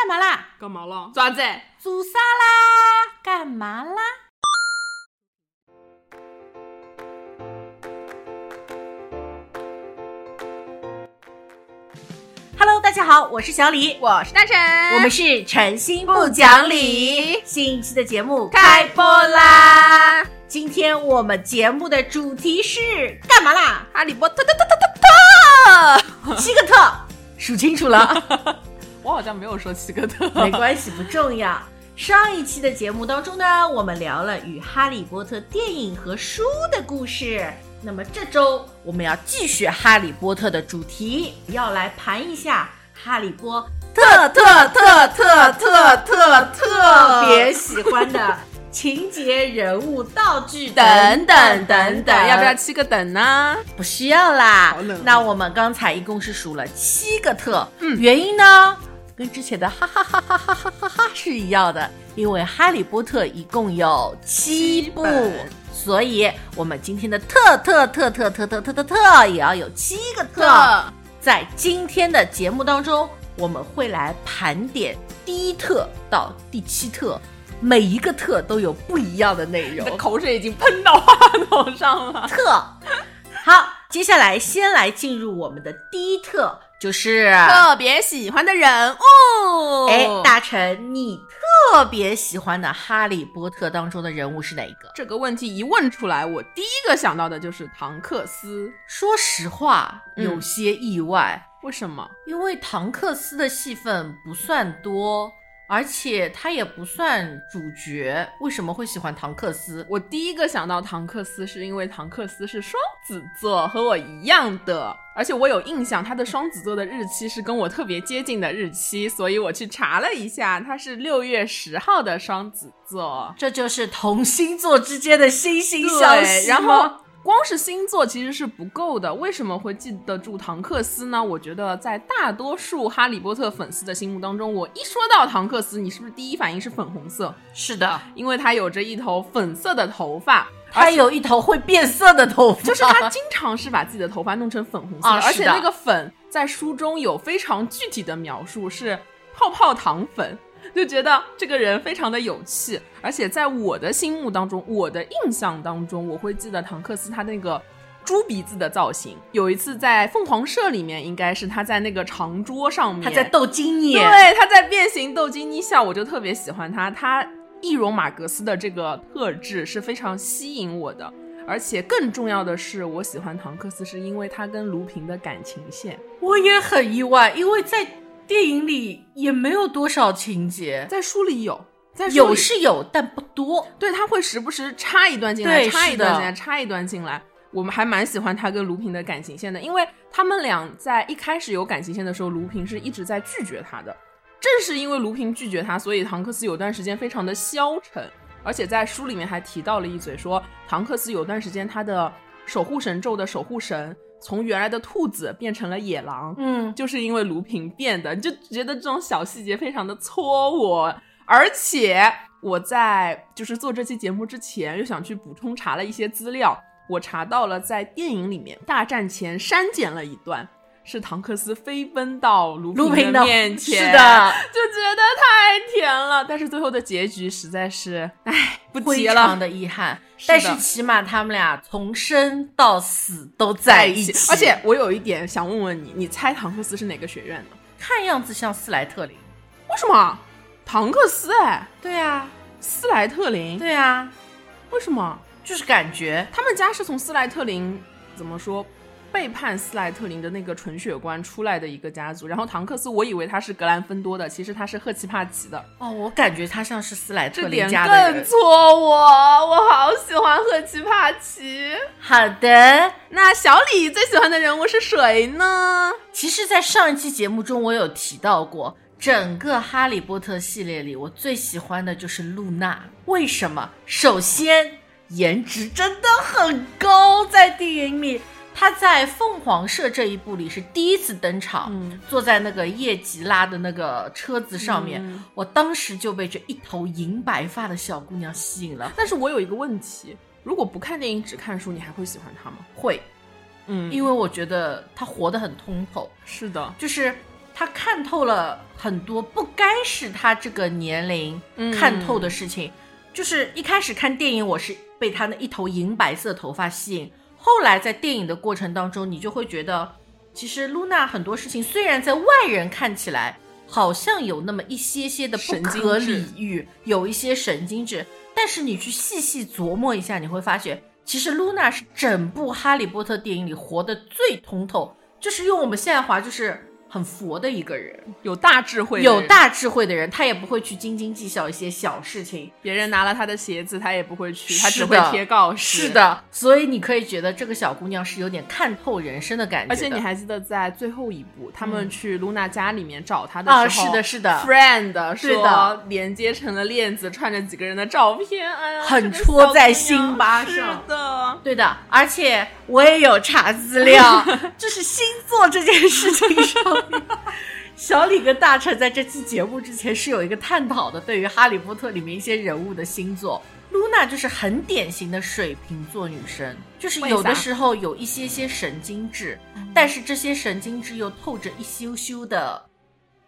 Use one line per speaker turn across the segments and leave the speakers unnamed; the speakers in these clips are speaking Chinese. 干嘛啦？
爪子，
煮沙拉干嘛啦？Hello，大家好，我是小李，
我是大陈，
我们是诚心不讲理，新一期的节目
开播。啦！
今天我们节目的主题是干嘛 啦？
哈利波特特特特特特，
七个特，数清楚了，
我好像没有说七个 特。
没关系，不重要。上一期的节目当中呢，我们聊了与《哈利波特》电影和书的故事。那么这周我们要继续《哈利波特》的主题，要来盘一下哈利波
特特特特特特特
特别喜欢的 情节、人物、道具
等等等等，要
要
不
不
要
要？
七个等呢？
不需要啦
好冷。
那我们刚才一共是数了七个特，
嗯
原因呢，跟之前的哈哈哈哈哈哈哈哈是一样的，因为《哈利波特》一共有七部
七本，
所以我们今天的特特特特特特特特特也要有七个特。
特
在今天的节目当中，我们会来盘点第一特到第七特，每一个特都有不一样的内
你
容。
的口水已经喷到话筒上了。
特。 好，接下来先来进入我们的第一特，就是
特别喜欢的人物，
哎，大臣，你特别喜欢的《哈利波特》当中的人物是哪一个？
这个问题一问出来，我第一个想到的就是唐克斯。
说实话，
嗯
有些意外，
为什么？
因为唐克斯的戏份不算多。而且他也不算主角，为什么会喜欢唐克斯？
我第一个想到唐克斯，是因为唐克斯是双子座，和我一样的，而且我有印象，他的双子座的日期是跟我特别接近的日期，所以我去查了一下，他是六月十号的双子座。
这就是同星座之间的惺惺相
对，
惜。
然后光是星座其实是不够的，为什么会记得住唐克斯呢？我觉得在大多数哈利波特粉丝的心目当中，我一说到唐克斯，你是不是第一反应是粉红色？
是的，
因为他有着一头粉色的头发，
他有一头会变色的头发，
就是他经常是把自己的头发弄成粉红色的，
啊
而
是
且
的
那个粉在书中有非常具体的描述，是泡泡糖粉。就觉得这个人非常的有趣，而且在我的心目当中，我的印象当中，我会记得唐克斯他那个猪鼻子的造型。有一次在凤凰社里面，应该是他在那个长桌上面，
他在斗金眼。
对，他在变形斗金妮笑，我就特别喜欢他。他易容马格斯的这个特质是非常吸引我的，而且更重要的是，我喜欢唐克斯是因为他跟卢平的感情线，
我也很意外，因为在电影里也没有多少情节，
在书里有，在书
有
里
是有，但不多。
对他会时不时插一段进来，
对
插一段
是的
进来，插一段进来。我们还蛮喜欢他跟卢平的感情线的，因为他们俩在一开始有感情线的时候，卢平是一直在拒绝他的。正是因为卢平拒绝他，所以唐克斯有段时间非常的消沉，而且在书里面还提到了一嘴说，唐克斯有段时间他的守护神咒的守护神从原来的兔子变成了野狼，
嗯，
就是因为卢平变的，你就觉得这种小细节非常的戳我。而且我在就是做这期节目之前，又想去补充查了一些资料，我查到了在电影里面大战前删减了一段，是唐克斯飞奔到卢
卢
平
平的
面
是，
前，
的，
就觉得太甜了。但是最后的结局实在是，唉，不
非
提
常
了。
的遗憾。
是的
但是起码他们俩从生到死都在一起，
而且我有一点想问问你，你猜唐克斯是哪个学院的？
看样子像斯莱特林。
为什么？唐克斯哎，
对啊，
斯莱特林，
对啊，
为什么
就是感觉
他们家是从斯莱特林怎么说背叛斯莱特林的那个纯血官出来的一个家族？然后唐克斯，我以为他是格兰芬多的，其实他是赫奇帕奇的，
哦，我感觉他像是斯莱特
这
林
点
家的
更
人。
戳我。我好喜欢赫奇帕奇。
好的，
那小李最喜欢的人物是谁呢？
其实，在上一期节目中，我有提到过，整个《哈利波特》系列里，我最喜欢的就是露娜。为什么？首先，颜值真的很高，在电影里，她在《凤凰社》这一部里是第一次登场，
嗯
坐在那个叶吉拉的那个车子上面，
嗯
我当时就被这一头银白发的小姑娘吸引了。
但是我有一个问题，如果不看电影只看书，你还会喜欢他吗？
会，
嗯
因
为
为我觉得她活得很通透，
是的，
就是他看透了很多不该是他这个年龄
嗯
看透的事情。就是一开始看电影，我是被他那一头银白色头发吸引，后来在电影的过程当中，你就会觉得，其实露娜很多事情虽然在外人看起来好像有那么一些些的不
神经
可
质
理喻，有一些神经质，但是你去细细琢磨一下，你会发觉，其实露娜是整部《哈利波特》电影里活得最通透，就是用我们现在话就是很佛的一个人，
有大智慧，
有，大智慧的人，他也不会去斤斤计较一些小事情。
别人拿了他的鞋子，他也不会去，
是
他只会
的
贴告示。
是，的，所以你可以觉得这个小姑娘是有点看透人生的感觉的。
而且你还记得在最后一步，他们去露娜家里面找他的
啊，
时
是
候，
的，是的，
friend
对
说
的
连接成了链子，串着几个人的照片，哎呀，
很
这个
戳在
小姑娘
心巴上
是的，
对的，而且我也有查资 料，就是星座这件事情上面，小李跟大成在这期节目之前是有一个探讨的，对于《哈利波特》里面一些人物的星座。露娜就是很典型的水瓶座女生，就是有
为啥嗯
的时候有一些些神经质，但是这些神经质又透着一羞羞的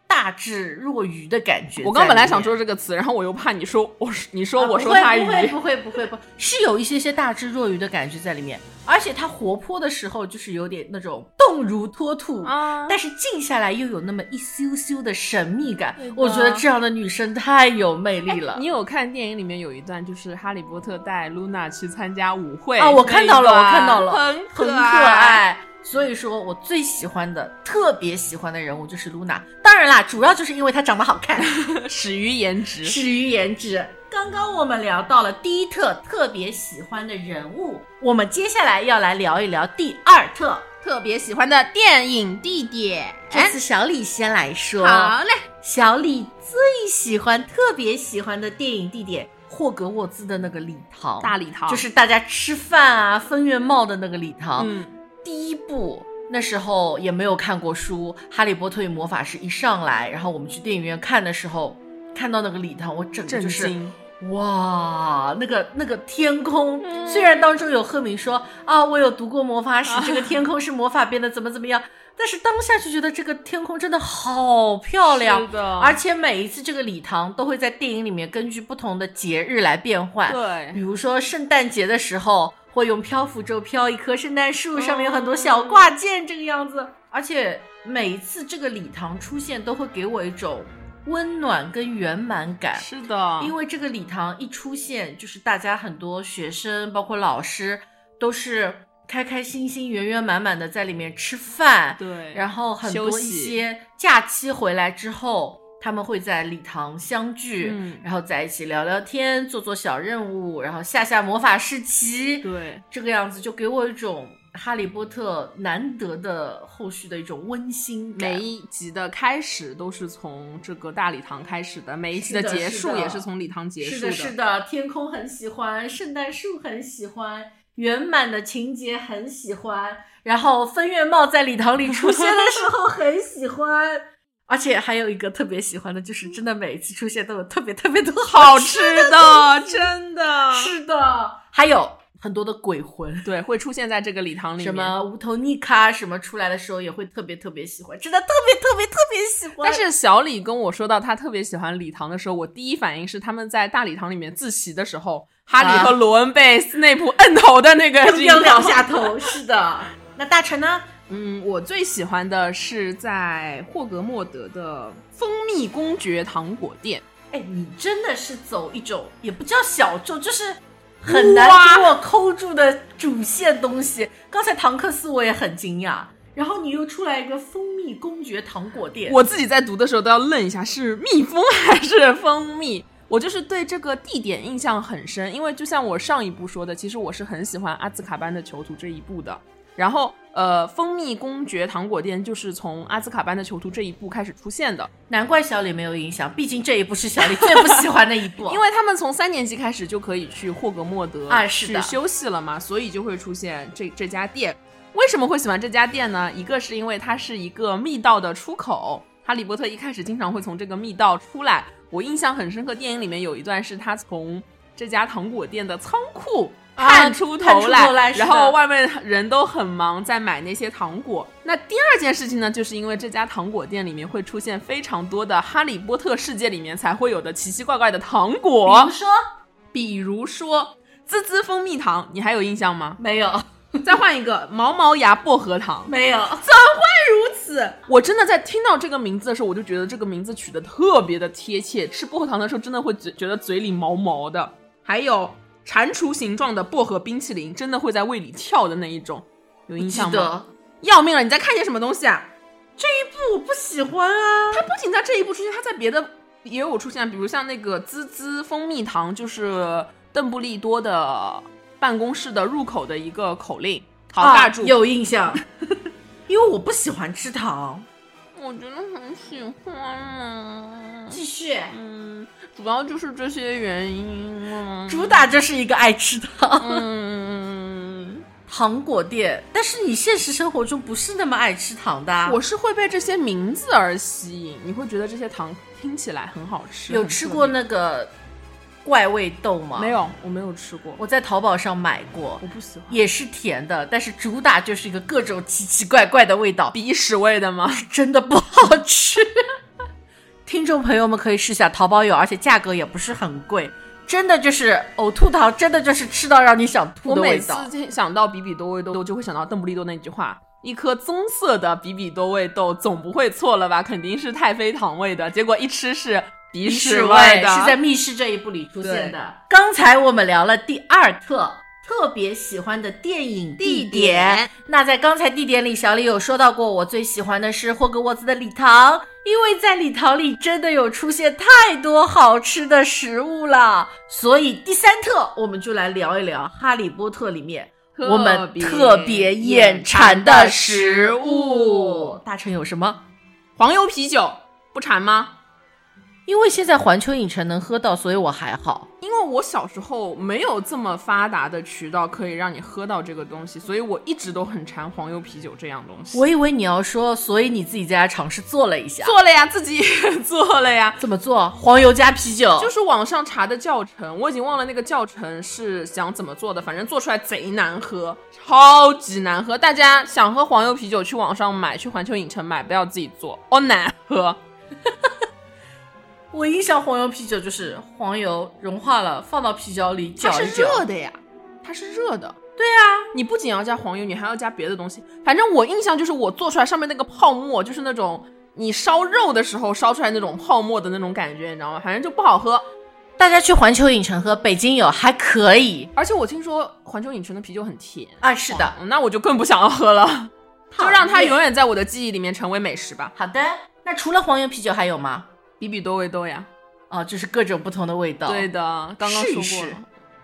大智若愚的感觉在里面。
我刚本来想说这个词，然后我又怕你说我说你说
啊
我
不
说
会
他
不会
语，
不会不会不会，是有一些些大智若愚的感觉在里面，而且他活泼的时候就是有点那种动如脱兔。
啊
但是静下来又有那么一羞羞的神秘感
对的，哎
我觉得这样的女生太有魅力了
你有看电影里面有一段，就是哈利波特带露娜去参加舞会
啊！我看到了，
那一
我
段
看到了，
很
很
可
可。爱。所以说我最喜欢的、特别喜欢的人物就是露娜。当然啦，主要就是因为她长得好 看，
始于颜值，
始于颜值。刚刚我们聊到了第一特特别喜欢的人物，我们接下来要来聊一聊第二特。
特别喜欢的电影地点。
这次小李先来说，
哎好嘞，
小李最喜欢、特别喜欢的电影地点——霍格沃兹的那个礼堂，
大礼堂
就是大家吃饭啊、分院帽的那个礼堂。
嗯，
第一部那时候也没有看过书，《哈利波特与魔法师》一上来，然后我们去电影院看的时候，看到那个礼堂，我整个
震
就是。
惊。
哇，那个那个天空，
嗯
虽然当中有赫敏说啊，我有读过魔法
啊
史，这个天空是魔法变得怎么怎么样， 但是当下就觉得这个天空真的好漂亮
是，的，
而且每一次这个礼堂都会在电影里面根据不同的节日来变换，比
对，
如说圣诞节的时候会用漂浮咒飘一棵圣诞树，上面有很多小挂件这个样子。而且每一次这个礼堂出现，都会给我一种温暖跟圆满感。
是的，
因为这个礼堂一出现，就是大家很多学生，包括老师，都是开开心心、圆圆满满的在里面吃饭，
对，
然后很多
休
一
息
些假期回来之后，他们会在礼堂相聚，
嗯
然后在一起聊聊天，做做小任务，然后下下魔法士棋，
对，
这个样子就给我一种《哈利波特》难得的后续的一种温馨感
每一集的开始都是从这个大礼堂开始的，每一集
是的
结
是
束
的
也是从礼堂结
是
束
的，是的，天空很喜欢，圣诞树很喜欢，圆满的情节很喜欢，然后分院帽在礼堂里出现的时候很喜欢， 而且还有一个特别喜欢的，就是真的每一次出现都有特别特别多
好
吃
吃 的，真的
的，是的，还有很多的鬼魂。
对，会出现在这个礼堂里面。
什么无头尼卡什么出来的时候也会特别特别喜欢，真的特别特别特别喜欢。
但是小李跟我说到他特别喜欢礼堂的时候，我第一反应是他们在大礼堂里面自习的时候，哈利和罗恩被斯内普摁头的那个
扔
镜
掉
头。
两下头，是的。 那大臣呢？
嗯，我最喜欢的是在霍格莫德的蜂蜜公爵糖果店，
哎，你真的是走一种也不叫小众，就是很难给我抠住的主线东西。刚才唐克斯我也很惊讶，然后你又出来一个蜂蜜公爵糖果店，
我自己在读的时候都要愣一下，是蜜蜂 还是蜂蜜？我就是对这个地点印象很深，因为就像我上一部说的，其实我是很喜欢阿兹卡班的囚徒这一部的。然后，呃，蜂蜜公爵糖果店就是从阿兹卡班的囚徒这一部开始出现的，
难怪小李没有影响，毕竟这一部是小李最不喜欢的一部。
因为他们从三年级开始就可以去霍格莫德
啊是的
去休息了嘛，所以就会出现这这家店。为什么会喜欢这家店呢？一个是因为它是一个密道的出口，哈利波特一开始经常会从这个密道出来。我印象很深刻，电影里面有一段是他从这家糖果店的仓库探出头
啊探出头来是的
然后外面人都很忙，在买那些糖果。那第二件事情呢，就是因为这家糖果店里面会出现非常多的《哈利波特》世界里面才会有的奇奇怪怪的糖
比如
果，
说
比如说滋滋蜂蜜糖，你还有印象吗？
没有
再换一个毛毛牙薄荷糖。
没有，
如此，
我真的在听到这个名字的时候，我就觉得这个名字取得特别的贴切。吃薄荷糖的时候，真的会觉觉得嘴里毛毛的。还有蟾蜍形状的薄荷冰淇淋，真的会在胃里跳的那一种，有印
记
象吗？
得
要命了！你在看些什么东西啊？
不，我不喜欢啊。
它不仅在这一部出现，它在别的也有出现，比如像那个滋滋蜂蜜糖，就是邓布利多的办公室的入口的一个口令。好，
啊
尬住、
有印象，
因为我不喜欢吃糖。
我觉得很喜欢啊。
继续。
嗯，主要就是这些原因啊。
主打就是一个爱吃糖
嗯，
糖果店，但是你现实生活中不是那么爱吃糖的啊。
我是会被这些名字而吸引，你会觉得这些糖听起来很好吃。
有
很
吃
特
过
别
那个怪味豆吗？
没，有？我没有吃过，我
我在淘宝上买过
我，不喜欢。
也是甜的，但是主打就是一个各种奇奇怪怪的味道，
鼻屎味的吗？
真的不好吃。 听众朋友们可以试下，淘宝有，而且价格也不是很贵。真的就是呕吐糖，真的就是吃到让你想吐
我
的
每
味
次
道。
听想到比比多味豆，就会想到邓布利多那句话：“一颗棕色的比比多味豆，总不会错了吧？肯定是太妃糖味的。”结果一吃是鼻屎
味
的，
是在密室这一部里出现
对
的。刚才我们聊了第二特特别喜欢的电影地
地
点，
点
那在刚才地点里，小李有说到过，我最喜欢的是霍格沃兹的礼堂，因为在礼堂里真的有出现太多好吃的食物了。所以第三特，我们就来聊一聊《哈利波特》里面我们特别眼馋的食物。大成有什么？
黄油啤酒不馋吗？
因为现在环球影城能喝到，所以我还好。
因为我小时候没有这么发达的渠道可以让你喝到这个东西，所以我一直都很馋黄油啤酒这样东西。
我以为你要说，所以你自己在家尝试做了一下，
做了呀，自己也 做了呀，
怎么做？黄油加啤酒，
就是网上查的教程，我已经忘了那个教程是想怎么做的，反正做出来贼难喝，超级难喝。大家想喝黄油啤酒，去网上买，去环球影城买，不要自己做，哦难喝。
我印象黄油啤酒就是黄油融化了，放到啤酒里
它
搅
是
一搅
热。的呀，它是热的。对啊，你不仅要加黄油，你还要加别的东西。反正我印象就是我做出来上面那个泡沫，就是那种你烧肉的时候烧出来那种泡沫的那种感觉，你知道吗？反正就不好喝。
大家去环球影城喝，北京有还可以
而且我听说环球影城的啤酒很甜，
啊。是的，
嗯那我就更不想要喝了，
讨
就
厌
让它永远在我的记忆里面成为美食吧。
好的。那除了黄油啤酒还有吗？
比比多味豆呀，
哦，就是各种不同的味道。
对的，刚刚说
哦试一
过了。
试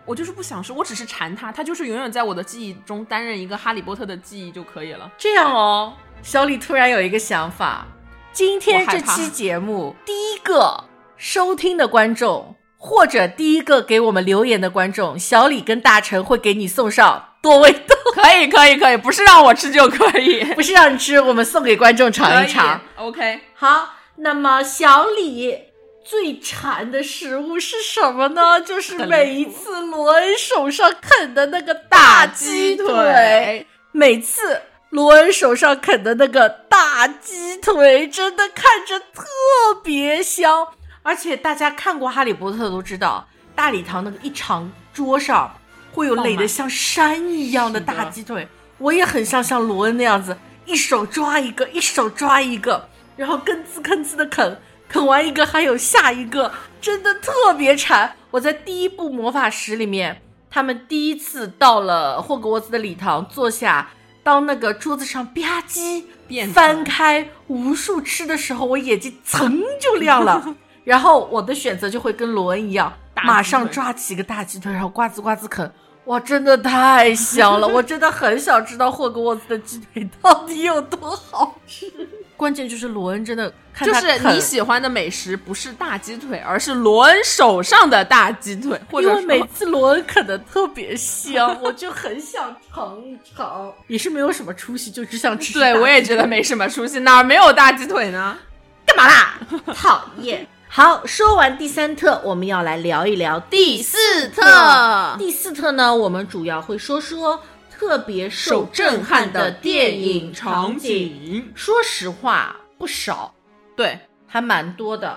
我就是不想吃，我只是馋它，它就是永远在我的记忆中担任一个哈利波特的记忆就可以了。
这样哦，小李突然有一个想法，今天
我害
这
怕
期节目第一个收听的观众，或者第一个给我们留言的观众，小李跟大成会给你送上多味豆，
可以可以可以，不是让我吃就可以，
不是让你吃，我们送给观众
可
尝
以
一尝。
OK，
好，那么小李。最馋的食物是什么呢？就是
很
每一次罗恩手上啃的那个大鸡腿。，每次罗恩手上啃的那个大鸡腿，真的看着特别香。而且大家看过《哈利波特》都知道，大礼堂那个一长桌上会有垒得像山一样的大鸡腿。我也很像像罗恩那样子，一手抓一个，一手抓一个，然后吭哧吭哧的啃，啃完一个还有下一个，真的特别馋。我在第一部魔法石里面，他们第一次到了霍格沃兹的礼堂，坐下，当那个桌子上吧唧
变成
翻开无数吃的时候，我眼睛噌就亮了。然后我的选择就会跟罗恩一样，
大鸡腿
马上抓起一个大鸡腿，然后呱滋呱滋啃。哇，真的太香 了！我真的很想知道霍格沃兹的鸡腿到底有多好吃。关键就是罗恩真的看
就
他
是
啃
你喜欢的美食不是大鸡腿，而是罗恩手上的大鸡腿，或
因
者
为每
说
次罗恩啃的特别香，我就很想尝一尝。 也是没有什么出息，就只想吃。
对我也觉得没什么出息，哪儿没有大鸡腿呢？
干嘛啦？讨厌！好，说完第三特，我们要来聊一聊
第四特，
第四特呢，我们主要会说说特别受
受
震
震
撼
撼
的
的
电
电
影
影
场
场
景。
景。
说实话，不少，
对，
还蛮多的。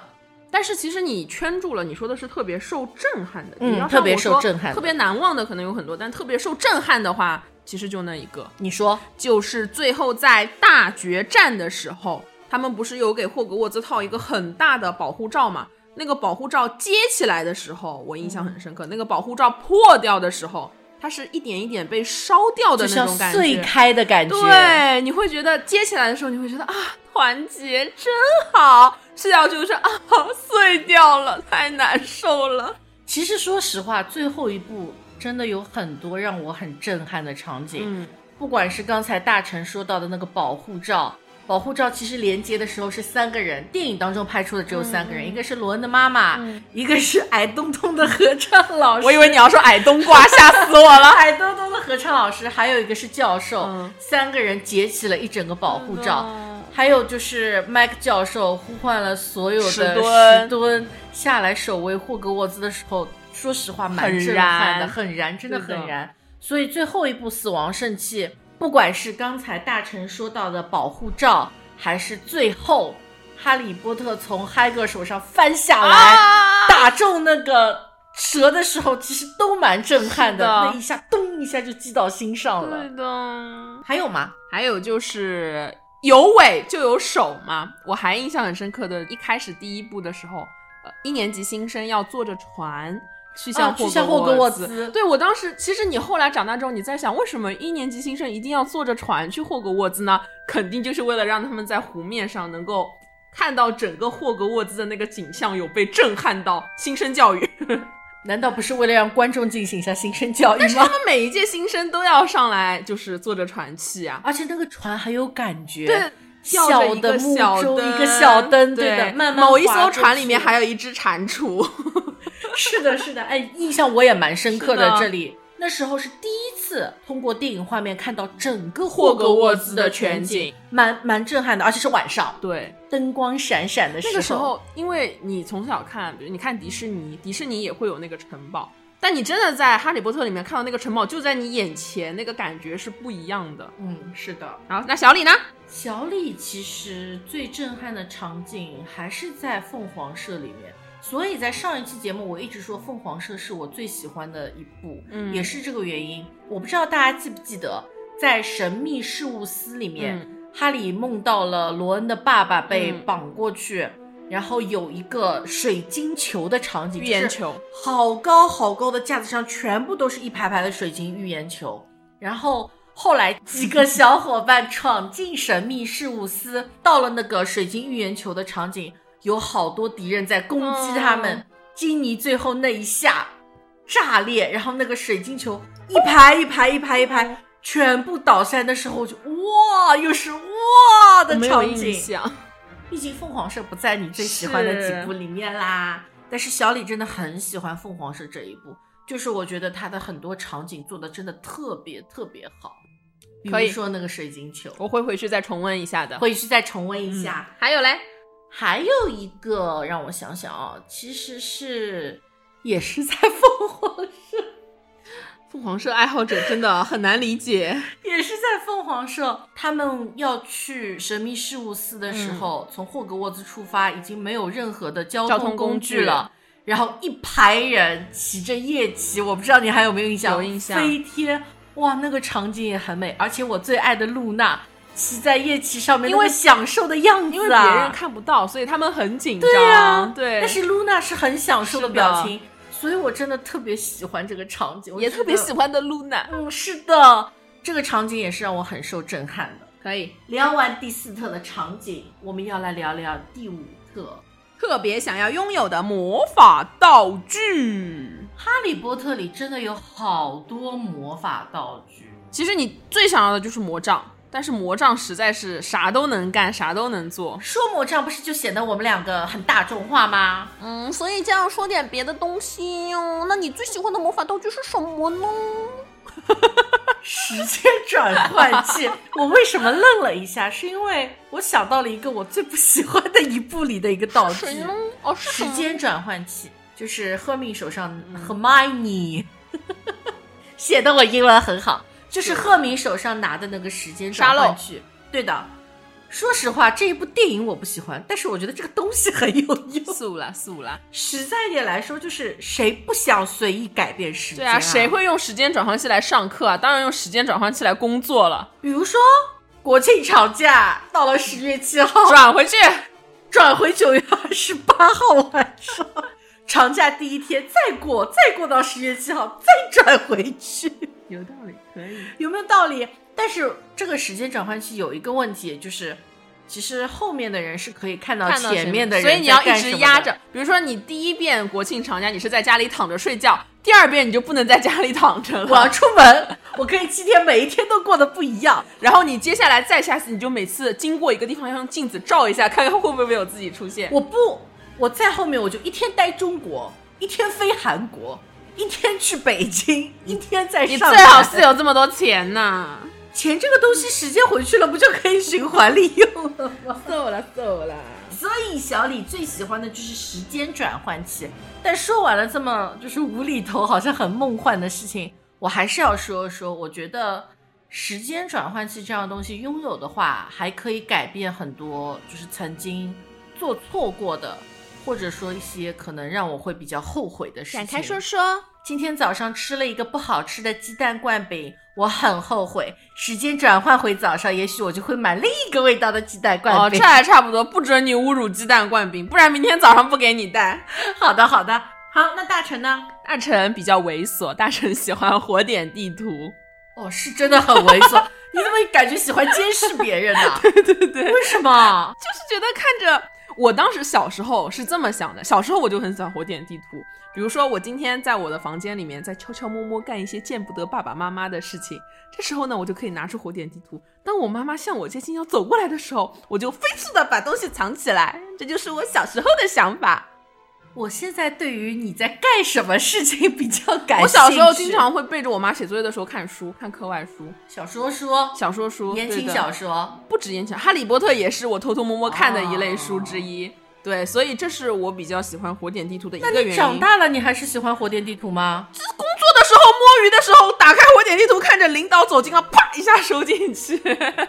但是其实你圈住了，你说的是特别受震撼的，
嗯
你要
特别
让我说
受震撼的
特别难忘的可能有很多，但特别受震撼的话，其实就那一个，
你说
就是最后在大决战的时候，他们不是有给霍格沃兹套一个很大的保护罩嘛？那个保护罩接起来的时候，我印象很深刻。那个保护罩破掉的时候，它是一点一点被烧掉的
就
那
像
种感觉，
碎开的感觉，，
对，你会觉得接起来的时候，你会觉得啊，团结真好。睡觉就是啊，碎掉了，太难受了。
其实说实话，最后一部真的有很多让我很震撼的场景，
嗯，
不管是刚才大成说到的那个保护罩。保护罩其实连接的时候是三个人，电影当中拍出的只有三个
嗯
人，一个是罗恩的妈妈，一个是矮冬冬的合唱老师，
我以为你要说矮冬瓜，吓死我了。
矮冬冬的合唱老师，还有一个是教授，
嗯
三个人结起了一整个保护罩。还有就是麦克教授呼唤了所有的
史敦
史敦下来守卫霍格沃兹的时候，说实话蛮
很
震撼的，
燃
很燃，真的
对的
很燃。所以最后一部《死亡圣器》，不管是刚才大臣说到的保护罩，还是最后哈利波特从嗨格手上翻下来、
啊！
打中那个蛇的时候，其实都蛮震撼的，
是的
那一下咚一下就击到心上了
对。的。
还有吗？
还有就是有尾就有手嘛，我还印象很深刻的，一开始第一部的时候，呃，一年级新生要坐着船去向
啊去
霍
向霍格沃
沃
兹
对我当时，其实你后来长大之后，你在想，为什么一年级新生一定要坐着船去霍格沃兹呢？肯定就是为了让他们在湖面上能够。看到整个霍格沃兹的那个景象，有被震撼到。新生教育，
难道不是为了让观众进行一下新生教育
但是他
吗？
们每一届新生都要上来，就是坐着船去啊。
而且那个船还有感觉，
对，吊着
小
一
的
个
木
小
舟，
灯
一个小灯，
对
的，慢慢
某一
划
艘
过
船里面
去
还有一只蟾蜍，
是的，是的，哎，印象我也蛮深刻
是的
这里那时候是第一次通过电影画面看到整个
霍
格
格
沃
沃
兹
兹
的
的
全
全
景
景，
蛮蛮震撼的，而且是晚上，
对。
灯光闪闪的时
那
候。
个时候，因为你从小看，比如你看迪士尼，迪士尼也会有那个城堡，但你真的在《哈利波特》里面看到那个城堡就在你眼前，那个感觉是不一样的。
嗯，是的。
好，那小李呢？
小李其实最震撼的场景还是在凤凰社里面，所以在上一期节目我一直说凤凰社是我最喜欢的一部，
嗯
也是这个原因。我不知道大家记不记得，在《神秘事务司》里面，哈利梦到了罗恩的爸爸被
嗯
绑过去，然后有一个水晶球的场景，
预言
就是
球，
好高好高的架子上全部都是一排排的水晶预言球，然后后来几个小伙伴闯进神秘事务司，到了那个水晶预言球的场景，有好多敌人在攻击他们。
嗯
金妮最后那一下炸裂，然后那个水晶球一排一排一排一排全部倒下来的时候，我就哇，又是哇的
没有
场
印
景。
象。
毕竟凤凰社不在你最喜欢的几部里面啦。但是小李真的很喜欢凤凰社这一部，就是我觉得他的很多场景做的真的特别特别好，比
可
如
以
说那个水晶球，
我会回去再重温一下的。嗯
回去再重温一下。
还有嘞，
还有一个让我想想啊，其实是也是在凤凰社，
凤凰社爱好者真的很难理 解。
也是在凤凰社，他们要去神秘事务司的时候，从霍格沃兹出发，已经没有任何的交
嗯交
通
通
工
工
具
具
了。然后一排人骑着夜骑，我不知道你还有没有印象？
有印象
飞天，哇，那个场景也很美，而且我最爱的露娜骑在夜骑上面，
因为
那个享受的样子啊，
因为别人看不到，所以他们很紧张。对
啊
对。
但是露娜是很享受的
是的
表情，所以我真的特别喜欢这个场景，我
也
觉
特别
得
喜。欢的露娜，
嗯，是的，这个场景也是让我很受震撼的。
可以
聊完第四特的场景，我们要来聊聊第五特。
特别想要拥有的魔法道具。
《哈利波特》里真的有好多魔法道具，
其实你最想要的就是魔杖，但是魔杖实在是啥都能干，啥都能做。
说魔杖不是就显得我们两个很大众化吗？
嗯，所以这样说点别的东西哟、那你最喜欢的魔法道具是什么呢？
时间转换器，我为什么愣了一下？是因为我想到了一个我最不喜欢的一部里的一个道具
谁呢？
——
哦，是什
时
么
间转换器，就是赫敏手上 Hermione，写的我英文很好，就是赫敏手上拿的那个时间转换器。对的，说实话，这一部电影我不喜欢，但是我觉得这个东西很有用。
素啦素 啦，
实在一点来说，就是谁不想随意改变时
对
间、
啊，谁？会用时间转换器来上课啊？当然用时间转换器来工作 了，
比如说国庆长假到了十月七号，
转回去。
转回九月二十八号晚上，长假第一天再过，再过到十月七号再转回去，
有道理，可以。
有没有道理？但是这个时间转换期有一个问题，就是其实后面的人是可以看到
看到
前面的人，
所以你要一直压着。。比如说，你第一遍国庆长假你是在家里躺着睡觉，第二遍你就不能在家里躺着
我要
了。
出门，我可以今天每一天都过得不一样。
然后你接下来再下次，你就每次经过一个地方要用镜子照一下，看看会不会有自己出现。
我不，我在后面我就一天待中国，一天飞韩国，一天去北京，一天在
你
上海。
最好是有这么多钱呐、
钱这个东西，时间回去了不就可以循环利用了吗？
够了够了，
所以小李最喜欢的就是时间转换器。但说完了这么就是无厘头，好像很梦幻的事情，我还是要说说，我觉得时间转换器这样的东西拥有的话，还可以改变很多，就是曾经做错过的，或者说一些可能让我会比较后悔的事情。
说。
今天早上吃了一个不好吃的鸡蛋灌饼，我很后悔。时间转换回早上，也许我就会买另一个味道的鸡蛋
哦，
灌
这
饼。
还差不多，不准你侮辱鸡蛋灌饼，不然明天早上不给你带。
好的，好的，好。那大成呢？
大臣比较猥琐，大臣喜欢火点地图。
哦，是真的很猥琐。 你怎么感觉喜欢监视别人啊呢、
对对对，
为什么？
就是觉得看着我当时小时候是这么想的，小时候我就很喜欢火点地图。比如说，我今天在我的房间里面在悄悄摸摸干一些见不得爸爸妈妈的事情，这时候呢，我就可以拿出火点地图。当我妈妈向我接近要走过来的时候，我就飞速的把东西藏起来。这就是我小时候的想法。
我现在对于你在干什么事情比较感兴趣。
我小时候经常会背着我妈写作业的时候看书，看课外书、
小说说
小说书、
言
对
情
的
小说，
不止言情，《哈利波特》也是我偷偷摸摸看的一类书
哦
之一。对，所以这是我比较喜欢火点地图的一
那
个原
你
因。
长大了，你还是喜欢火点地图吗？
工作的时候、摸鱼的时候，打开火点地图，看着领导走进了，啪一下收进去。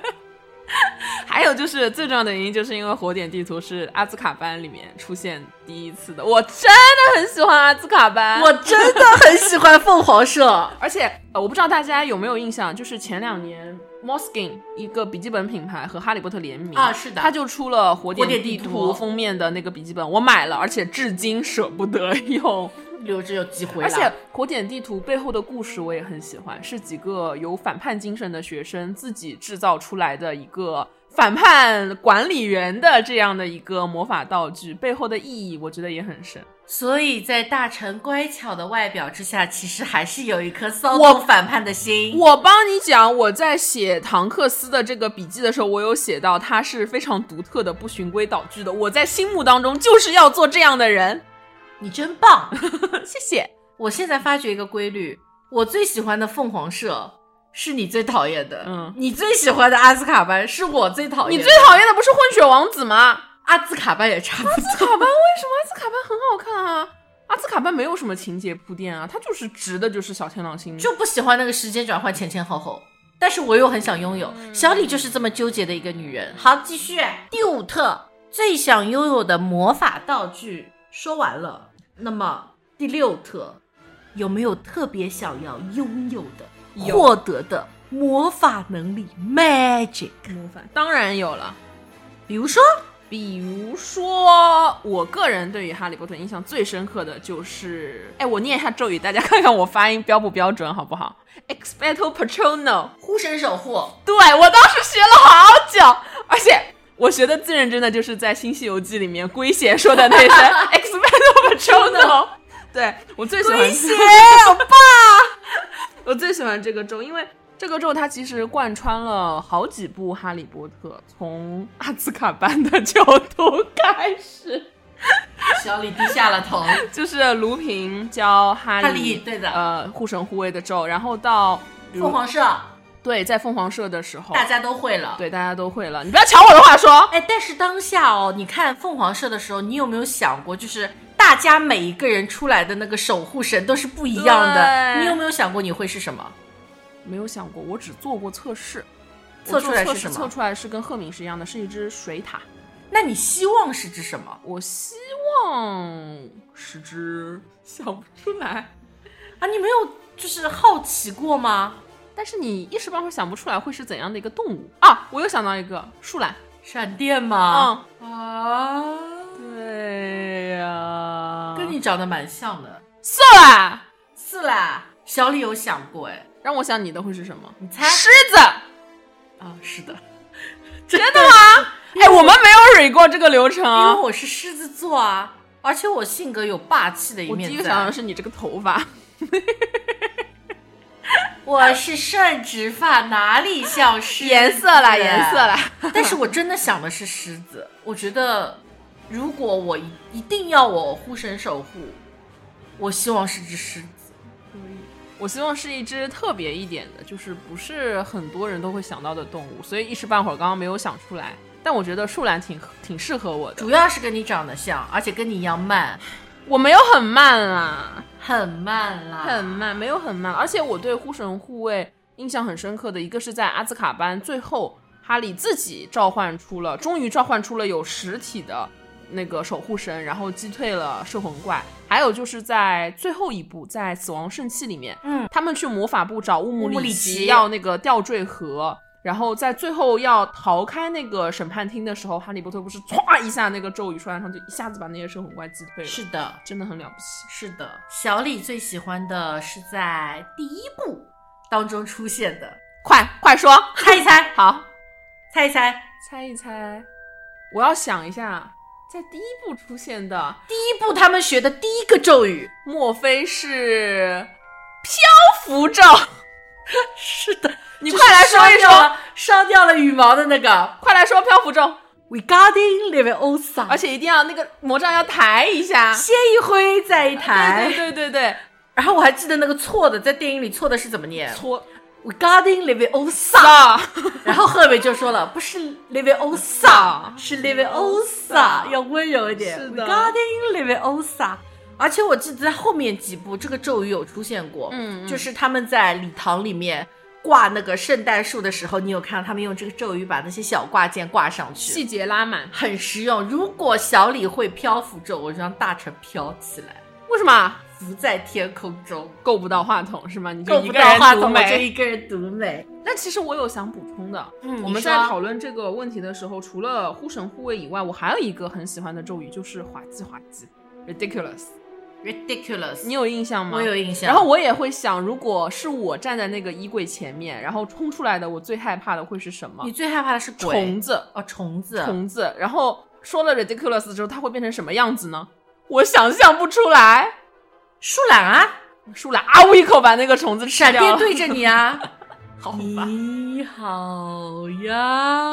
还有就是最重要的原因，就是因为火点地图是阿兹卡班里面出现第一次的，我真的很喜欢阿兹卡班。
我真的很喜欢凤凰社。
而且呃，我不知道大家有没有印象，就是前两年 Moskin 一个笔记本品牌和哈利波特联名
啊是的
它就出了火
火
点
点地
图
图
封面的那个笔记本，我买了，而且至今舍不得用。
留着有机会
而
了。
且火点地图背后的故事我也很喜欢，是几个有反叛精神的学生自己制造出来的一个反叛管理员的这样的一个魔法道具，背后的意义我觉得也很深。
所以在大臣乖巧的外表之下，其实还是有一颗骚动反叛的心。
我帮你讲，我在写唐克斯的这个笔记的时候，我有写到他是非常独特的、不循规蹈矩的。我在心目当中就是要做这样的 人。
你真棒！
谢谢。
我现在发觉一个规律，我最喜欢的凤凰社是你最讨厌的，
嗯
你最喜欢的阿兹卡班是我最讨
你
厌的，
最讨厌的不是混血王子吗？
阿兹卡班也差不
卡
多。
班为什么阿兹卡班很好看啊？阿兹卡班没有什么情节铺垫啊，他就是直的，就是小天狼星。
就不喜欢那个时间转换前前后后，但是我又很想拥有。
嗯
小李就是这么纠结的一个女人。好，继续第五特最想拥有的魔法道具说完了，那么第六特有没有特别想要拥有的、
有
获得的魔法能力 magic？
模范当然有了。
比如说，
比如说，我个人对于《哈利波特》印象最深刻的就是，哎，我念一下咒语，大家看看我发音标不标准，好不好？Expecto Patrono，
护神守护，
对我当时学了好久，而且我学的最认真的就是在《新西游记》里面龟贤说的那 声 Expecto Patrono，对我最喜欢
龟贤啊
好棒！ 我最喜欢这个咒，因为这个咒它其实贯穿了好几部《哈利波特》，从阿兹卡班的囚徒开始，
小李低下了头。
就是卢平教哈利
哈利对的
呃护神护卫的咒，然后到 比
凤
如
凰社
对，在凤凰社的时候，
大家都会了。
对大家都会了，你不要抢我的话说。
哎，但是当下哦，你看凤凰社的时候，你有没有想过，就是大家每一个人出来的那个守护神都是不一样的？
对
你有没有想过你会是什么？
没有想过，我只做过测试，
测出来
我做
是
测
什
试
么
测出来是跟赫敏是一样的，是一只水獭。
那你希望是指什么
我希望是只想不出来，
啊？你没有就是好奇过吗？
但是你一时半会儿想不出来会是怎样的一个动物啊！我又想到一个树懒，
闪电
嗯
吗？啊，
对呀、
跟你长得蛮像的。
色懒。
是啦，小李有想过哎，
让我想你的会是什么？
你猜
狮子。哎
啊？是的，
真的吗？哎，我们没有蕊过这个流程
因
啊。
为我是狮子座啊，而且我性格有霸气的一
我
面
第
在。
一个想到的是你这个头发，
我是顺直发，哪里像狮子？
颜色啦，颜色。啦。
但是我真的想的是狮子，我觉得如果我一一定要我护神守护，我希望是只狮子。
我希望是一只特别一点的，就是不是很多人都会想到的动物，所以一时半会儿刚刚没有想出来。但我觉得树懒挺挺适合我的，
主要是跟你长得像，而且跟你一样慢，
我没有很慢啊啦，
很慢啦，
很慢，没有很慢。而且我对护神护卫印象很深刻的一个是在阿兹卡班最后，哈利自己召唤出了，终于召唤出了有实体的那个守护神，然后击退了摄魂怪。还有就是在最后一部，在死亡圣器里面，
嗯，
他们去魔法部找乌姆
乌姆里
里
奇
奇要那个吊坠盒。然后在最后要逃开那个审判厅的时候，哈利波特不是歘一下那个咒语出来，然后就一下子把那些摄魂怪击退了，
是的。
真的很了不起。
是的，小李最喜欢的是在第一部当中出现 的，
快快说，
猜一猜，
好，
猜一猜，
猜一猜，我要想一下，在第一部出现的，
第一部他们学的第一个咒语。
莫非是漂浮咒？
是的，
你快来说一说，，
烧掉了羽毛的那个
快来说漂浮咒，
regarding Leviosa，
而且一定要那个魔杖要抬一下，
先一挥再一
对
抬。
对对对对，
然后我还记得那个错的，在电影里错的是怎么念
搓啊
？regarding Leviosa。
撒，
然后赫伟就说了，不是 Leviosa，是 Leviosa，
Leviosa
要温柔一点。
是的
Regarding Leviosa。而且我记得在后面几部这个咒语有出现过，
嗯嗯
就是他们在礼堂里面挂那个圣诞树的时候，你有看到他们用这个咒语把那些小挂件挂上去，
细节拉满，
很实用。如果小李会漂浮咒，我就让大臣飘起来，
为什么
浮在天空中，
够不到话筒是吗？你
够
就一
不
个
到
人
话
独
筒，我就
美。
一个人独美。
那其实我有想补充的，
嗯
我
你
们
说
在讨论这个问题的时候，除了护神护卫以外，我还有一个很喜欢的咒语，就是滑稽滑稽，ridiculous。
ridiculous，
你有印象吗？
我有印象。
然后我也会想，如果是我站在那个衣柜前面，然后冲出来的，我最害怕的会是什么
你？最害怕的是鬼
虫子，
哦，啊虫子，
虫子。然后说了 ridiculous 之后，它会变成什么样子呢？我想象不出来。
树懒啊，
树懒啊呜一口把那个虫子吃
闪
掉
电
了，
哎对着你 啊，
好吧？
你好呀，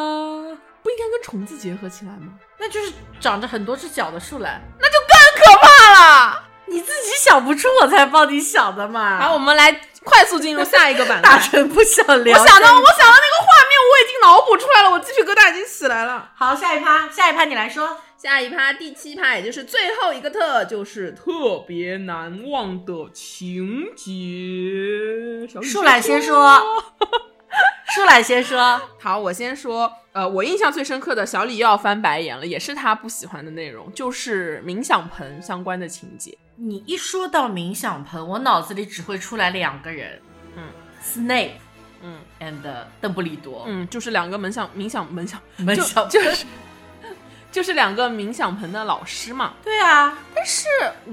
不应该跟虫子结合起来吗？
那就是长着很多只脚的树懒，
怕了。
你自己想不出，我才帮你想的嘛。
好，我们来快速进入下一个 板块。
大成不想
我
聊，
想到，我想到那个画面，我已经脑补出来了，我鸡皮疙瘩已经起来了。
好，下一趴，下一趴你来说，
下一趴第七趴，也就是最后一个特，就是特别难忘的情节。小雨
树懒先 说。树懒先说，
好，我先说。呃，我印象最深刻的小李又要翻白眼了，也是他不喜欢的内容，就是冥想盆相关的情节。
你一说到冥想盆，我脑子里只会出来两个人，
嗯
，Snape
嗯
and 邓布利多，
嗯，就是两个冥想冥想冥想
你们
就
想
就是就是两个冥想盆的老师嘛。
对啊，
但是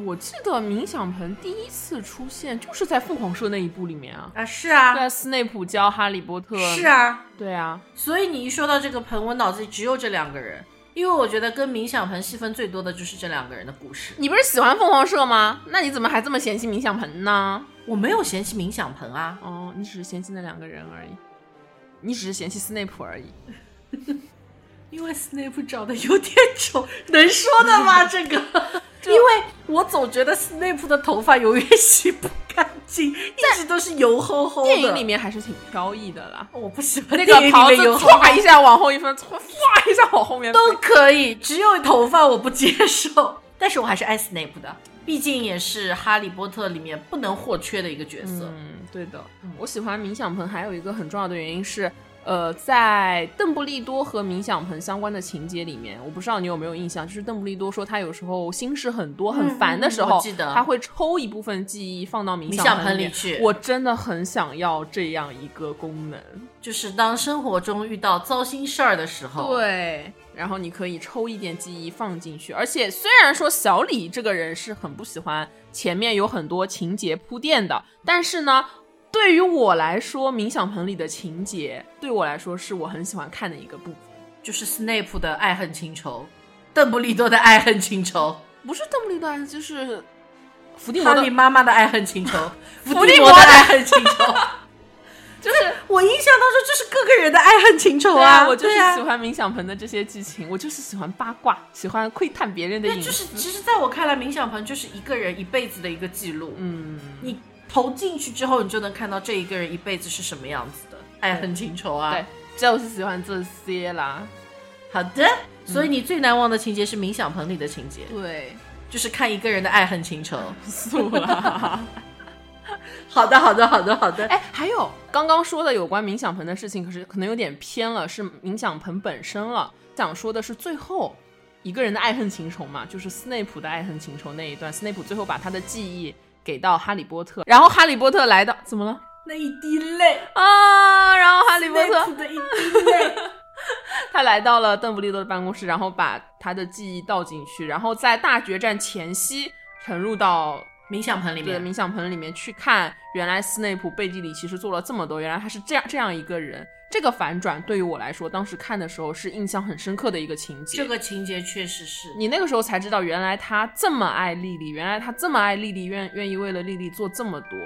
我记得冥想盆第一次出现就是在凤凰社那一部里面啊。
啊是啊，
对啊，斯内普教哈利波特
是，啊，
对啊，
所以你一说到这个盆，我脑子里只有这两个人，因为我觉得跟冥想盆戏份最多的就是这两个人的故事。
你不是喜欢凤凰社吗？那你怎么还这么嫌弃冥想盆呢？
我没有嫌弃冥想盆啊，
哦，你只是嫌弃那两个人而已，你只是嫌弃斯内普而已。
因为 Snape 长得有点丑，能说 的吗？这个，因为我总觉得 Snape 的头发永远洗不干净，一直都是油齁齁的。哦
电影里面还是挺飘逸的啦。
我不喜欢
那
电
个
影里
袍
面
子
油齁
唰
齁
一下往后一分，唰唰一下往后面飞
都可以，只有头发我不接受。但是我还是爱斯内普的，毕竟也是哈利波特里面不能或缺的一个角色。
嗯，对的
嗯。
我喜欢冥想盆还有一个很重要的原因是，呃，在邓布利多和冥想盆相关的情节里面，我不知道你有没有印象，就是邓布利多说他有时候心事很多、很烦的时
我
候，
记得
他会抽一部分记忆放到冥
冥
想
想
盆
盆
里
里
面
去
我真的很想要这样一个功能。
就是当生活中遇到糟心事儿的时候，，
对。然后你可以抽一点记忆放进去，而且虽然说小李这个人是很不喜欢前面有很多情节铺垫的，但是呢，对于我来说，冥想盆里的情节对我来说是我很喜欢看的一个部分。
就是斯内普的爱恨情仇，邓布利多的爱恨情仇，
不是邓布利多，就是伏地魔
哈
的
利，妈妈的爱恨情仇，
伏
伏
地
地
魔
魔
的
的爱恨情 仇。
就是
我印象当中就是各个人的爱恨情仇
对
啊，
我就是
对啊
喜欢冥想盆的这些剧情，我就是喜欢八卦，喜欢窥探别人的
对，
隐
就
私。
是其实在我看来，冥想盆就是一个人一辈子的一个记录。
嗯，
你投进去之后，你就能看到这一个人一辈子是什么样子的，爱恨情仇啊。
对，，就是喜欢这些啦。
好的。
嗯
所以你最难忘的情节是冥想盆里的情节，
对，
就是看一个人的爱恨情仇。
素啦。
好的，好的，好的，好的。
哎，还有刚刚说的有关冥想盆的事情，可是可能有点偏了，是冥想盆本身了。想说的是最后一个人的爱恨情仇嘛，就是斯内普的爱恨情仇那一段，斯内普最后把他的记忆给到哈利波特，然后哈利波特来到，怎么了
那一滴泪，
啊？然后哈利波
内
特
部的一滴泪，
他来到了邓布利多的办公室，然后把他的记忆倒进去，然后在大决战前夕沉入到
冥想盆里
对
面，
冥想盆里面去看，原来斯内普背地里其实做了这么多，原来他是这样这样一个人。这个反转对于我来说，当时看的时候是印象很深刻的一个情节。
这个情节确实是。
你那个时候才知道，原来他这么爱莉莉，原来他这么爱莉莉，愿愿意为了莉莉做这么多。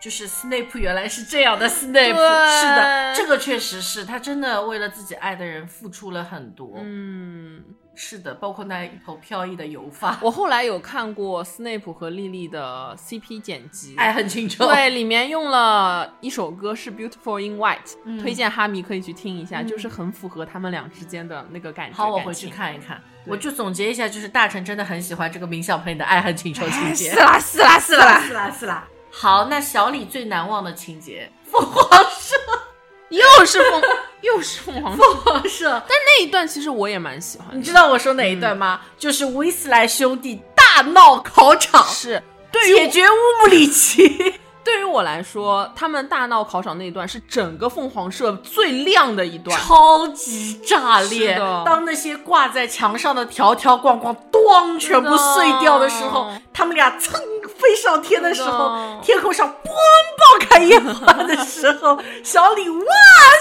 就是斯内普原来是这样的斯内普，
对
是的，这个确实是他真的为了自己爱的人付出了很多，
嗯，
是的，包括那一头飘逸的油发，
我后来有看过斯内普和莉莉的 CP 剪辑，
爱恨情仇，
对，里面用了一首歌是《Beautiful in White》，
嗯
推荐哈迷可以去听一下，
嗯
就是很符合他们俩之间的那个感觉。
好，我
感
回去
情
看一看。
对
我就总结一下，就是大成真的很喜欢这个冥想盆里的爱恨情仇情节。
哎啦是啦是啦，
是啦是啦。好，那小李最难忘的情节，凤凰社，
又是凤又是凤凰社
凤凰社。但
那一段，其实我也蛮喜欢
你
的。
知道我说哪一段吗？
嗯
就是威斯莱兄弟大闹考场，
是
解决乌姆里 奇。
对于我来说，他们大闹考场那一段是整个凤凰社最亮的一 段。
超级炸裂
是的！
当那些挂在墙上的条条框框咣全部碎掉的时候
是的，
他们俩噌飞上天的时
是
候
的，
天空上嘣爆开烟花的时候，小 李哇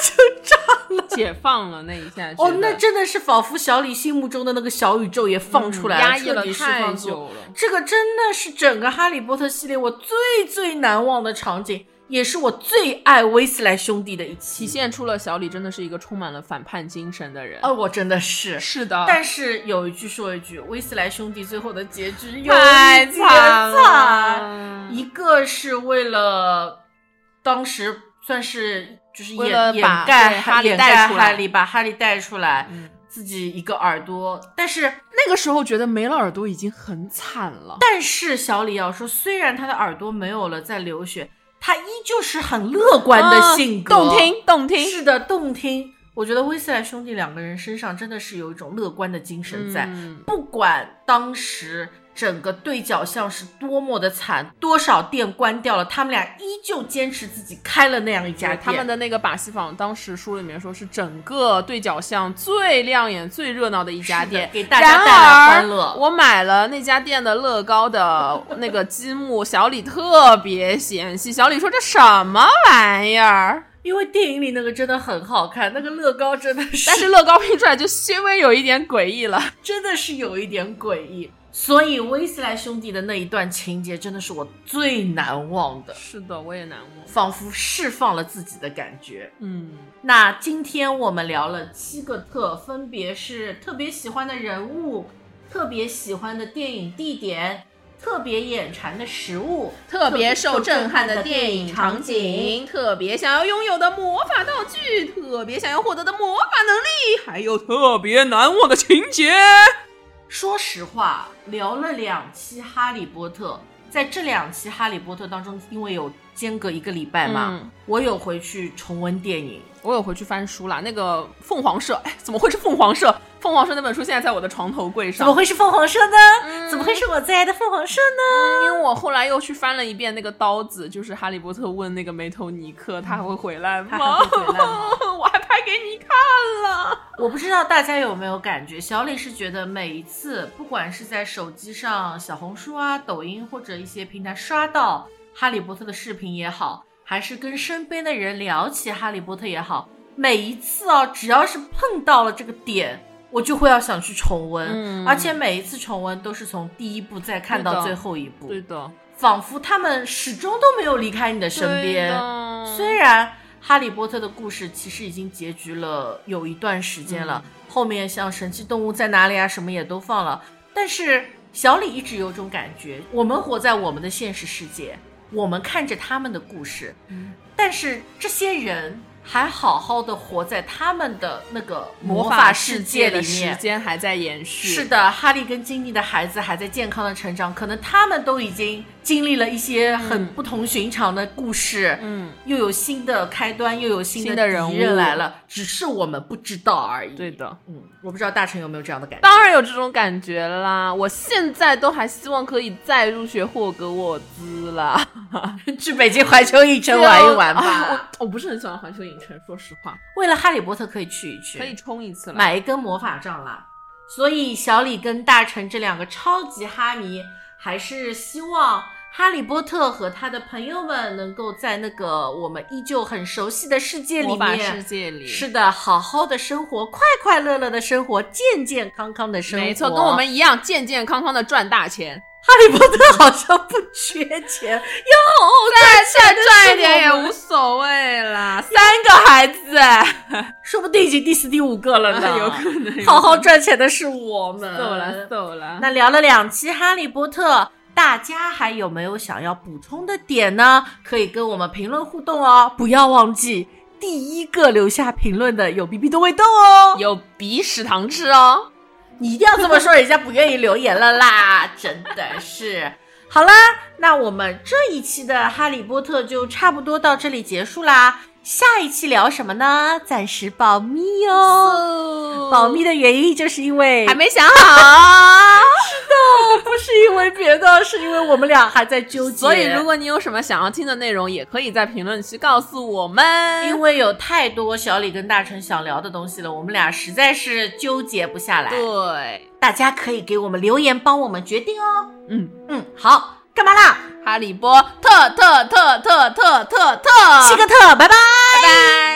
就炸！
解放了那一下，
哦
觉，得
那真的是仿佛小李心目中的那个小宇宙也放出来
嗯
了，
压抑
彻
了
底释
太
放出
久了。
这个真的是整个《哈利波特》系列我最最难忘的场景，也是我最爱威斯莱兄弟的一
体
期。
现出了小李真的是一个充满了反叛精神的人。
哦，我真的是，
是的，
但是有一句说一句，威斯莱兄弟最后的结局有一
太
点
惨
惨，
了，
一个是为了当时算是就是
为了
掩掩
把
盖
对哈利
掩
带
盖
出来
哈利，把哈利带出来，
嗯
自己一个耳朵。但是
那个时候觉得没了耳朵已经很惨了。
但是小李要说，虽然他的耳朵没有了在流血，他依旧是很乐观的
啊
性格，
动听动听，嗯
是的，动听。我觉得威斯莱兄弟两个人身上真的是有一种乐观的精神在，
嗯
不管当时整个对角巷是多么的惨，多少店关掉了，他们俩依旧坚持自己开了那样一家
对
店。
他们的那个把戏坊，当时书里面说是整个对角巷最亮眼、最热闹的一家
是的
店，
给大家带来欢乐
然而我买了那家店的乐高的那个积木，小李特别嫌弃。小李说：“这什么玩意 儿
因为电影里那个真的很好看，那个乐高真的？”是，
但是乐高拼出来就稍微有一点诡异了。
真的是有一点诡异。所以威斯莱兄弟的那一段情节真的是我最难忘的，
是的，我也难忘。
仿佛释放了自己的感觉。
嗯，
那今天我们聊了七个特，分别是特别喜欢的人物、特别喜欢的电影地点、特别眼馋的食物，
特别受震撼的电影场景，特别想要拥有的魔法道具，特别想要获得的魔法能力，还有特别难忘的情节。
说实话，聊了两期《哈利波特》，在这两期《哈利波特》当中，因为有间隔一个礼拜嘛，
嗯
我有回去重温电影。
我有回去翻书啦，那个凤凰社， 哎，怎么会是凤凰社？凤凰社那本书现在在我的床头柜
怎
上
么。会是凤凰社呢？
嗯
怎么会是我最爱的凤凰社呢？
因为我后来又去翻了一遍那个刀子，就是哈利波特问那个梅头尼克，他还会回来
他
吗？
还会回来吗
我还拍给你看了。
啊我不知道大家有没有感觉，小李是觉得每一次，不管是在手机上、小红书啊、抖音或者一些平台刷到《哈利波特》的视频也好，还是跟身边的人聊起《哈利波特》也好，每一次哦，只要是碰到了这个点，我就会要想去重温，
嗯
而且每一次重温都是从第一部再看
对
到
的
最后一部
对，的，
仿佛他们始终都没有离开你的身边。
所以
虽然《哈利波特》的故事其实已经结局了有一段时间了，后面像《神奇动物在哪里》啊什么也都放了，但是小李一直有种感觉，我们活在我们的现实世界，我们看着他们的故事，但是这些人还好好的活在他们的那个魔法世界里
的时
面。
间还在延续。
是的，哈利跟金妮的孩子还在健康的成长，可能他们都已经经历了一些很
嗯
不同寻常的故事，
嗯，
又有新的开端，又有新
新
的
的人
敌
物
来了，只是我们不知道而已。
对，的，
嗯，我不知道大成有没有这样的感觉。
当然有这种感觉啦。我现在都还希望可以再入学霍格沃兹啦。
去北京环球影城玩一玩吧。
我我不是很喜欢环球影城，说实话，
为了哈利波特可以去一去，
可以冲一次了。
买一根魔法杖啦。所以小李跟大成这两个超级哈迷，还是希望哈利波特和他的朋友们能够在那个我们依旧很熟悉的世界里
魔法世
面。
界里
是的，好好的生活，快快乐乐的生活，健健康康的生活，
没错，跟我们一样健健康康的赚大钱，
哈利波特好像不缺钱，有
再再赚一点
我
也
们
无所谓啦。三个孩子，
说不定已经第四、第五个了呢。
有可能
好好赚钱的是我们。
走了走了。
那聊了两期《哈利波特》，大家还有没有想要补充的点呢？可以跟我们评论互动哦，不要忘记第一个留下评论的有 B B 的味道哦。
有鼻屎糖吃哦，
你一定要这么说，人家不愿意留言了啦， 真的是。好啦，那我们这一期的《哈利波特》就差不多到这里结束啦。下一期聊什么呢？暂时保密哦。保密的原因就是因为哦
还没想好。
不是因为别的，是因为我们俩还在纠结。
所以，如果你有什么想要听的内容，也可以在评论区告诉我们。
因为有太多小李跟大成想聊的东西了，我们俩实在是纠结不下来。
对，
大家可以给我们留言，帮我们决定哦。
嗯，
嗯，好，干嘛啦？
哈利波特特特特特特特，
希
拜
克特，拜拜。
拜。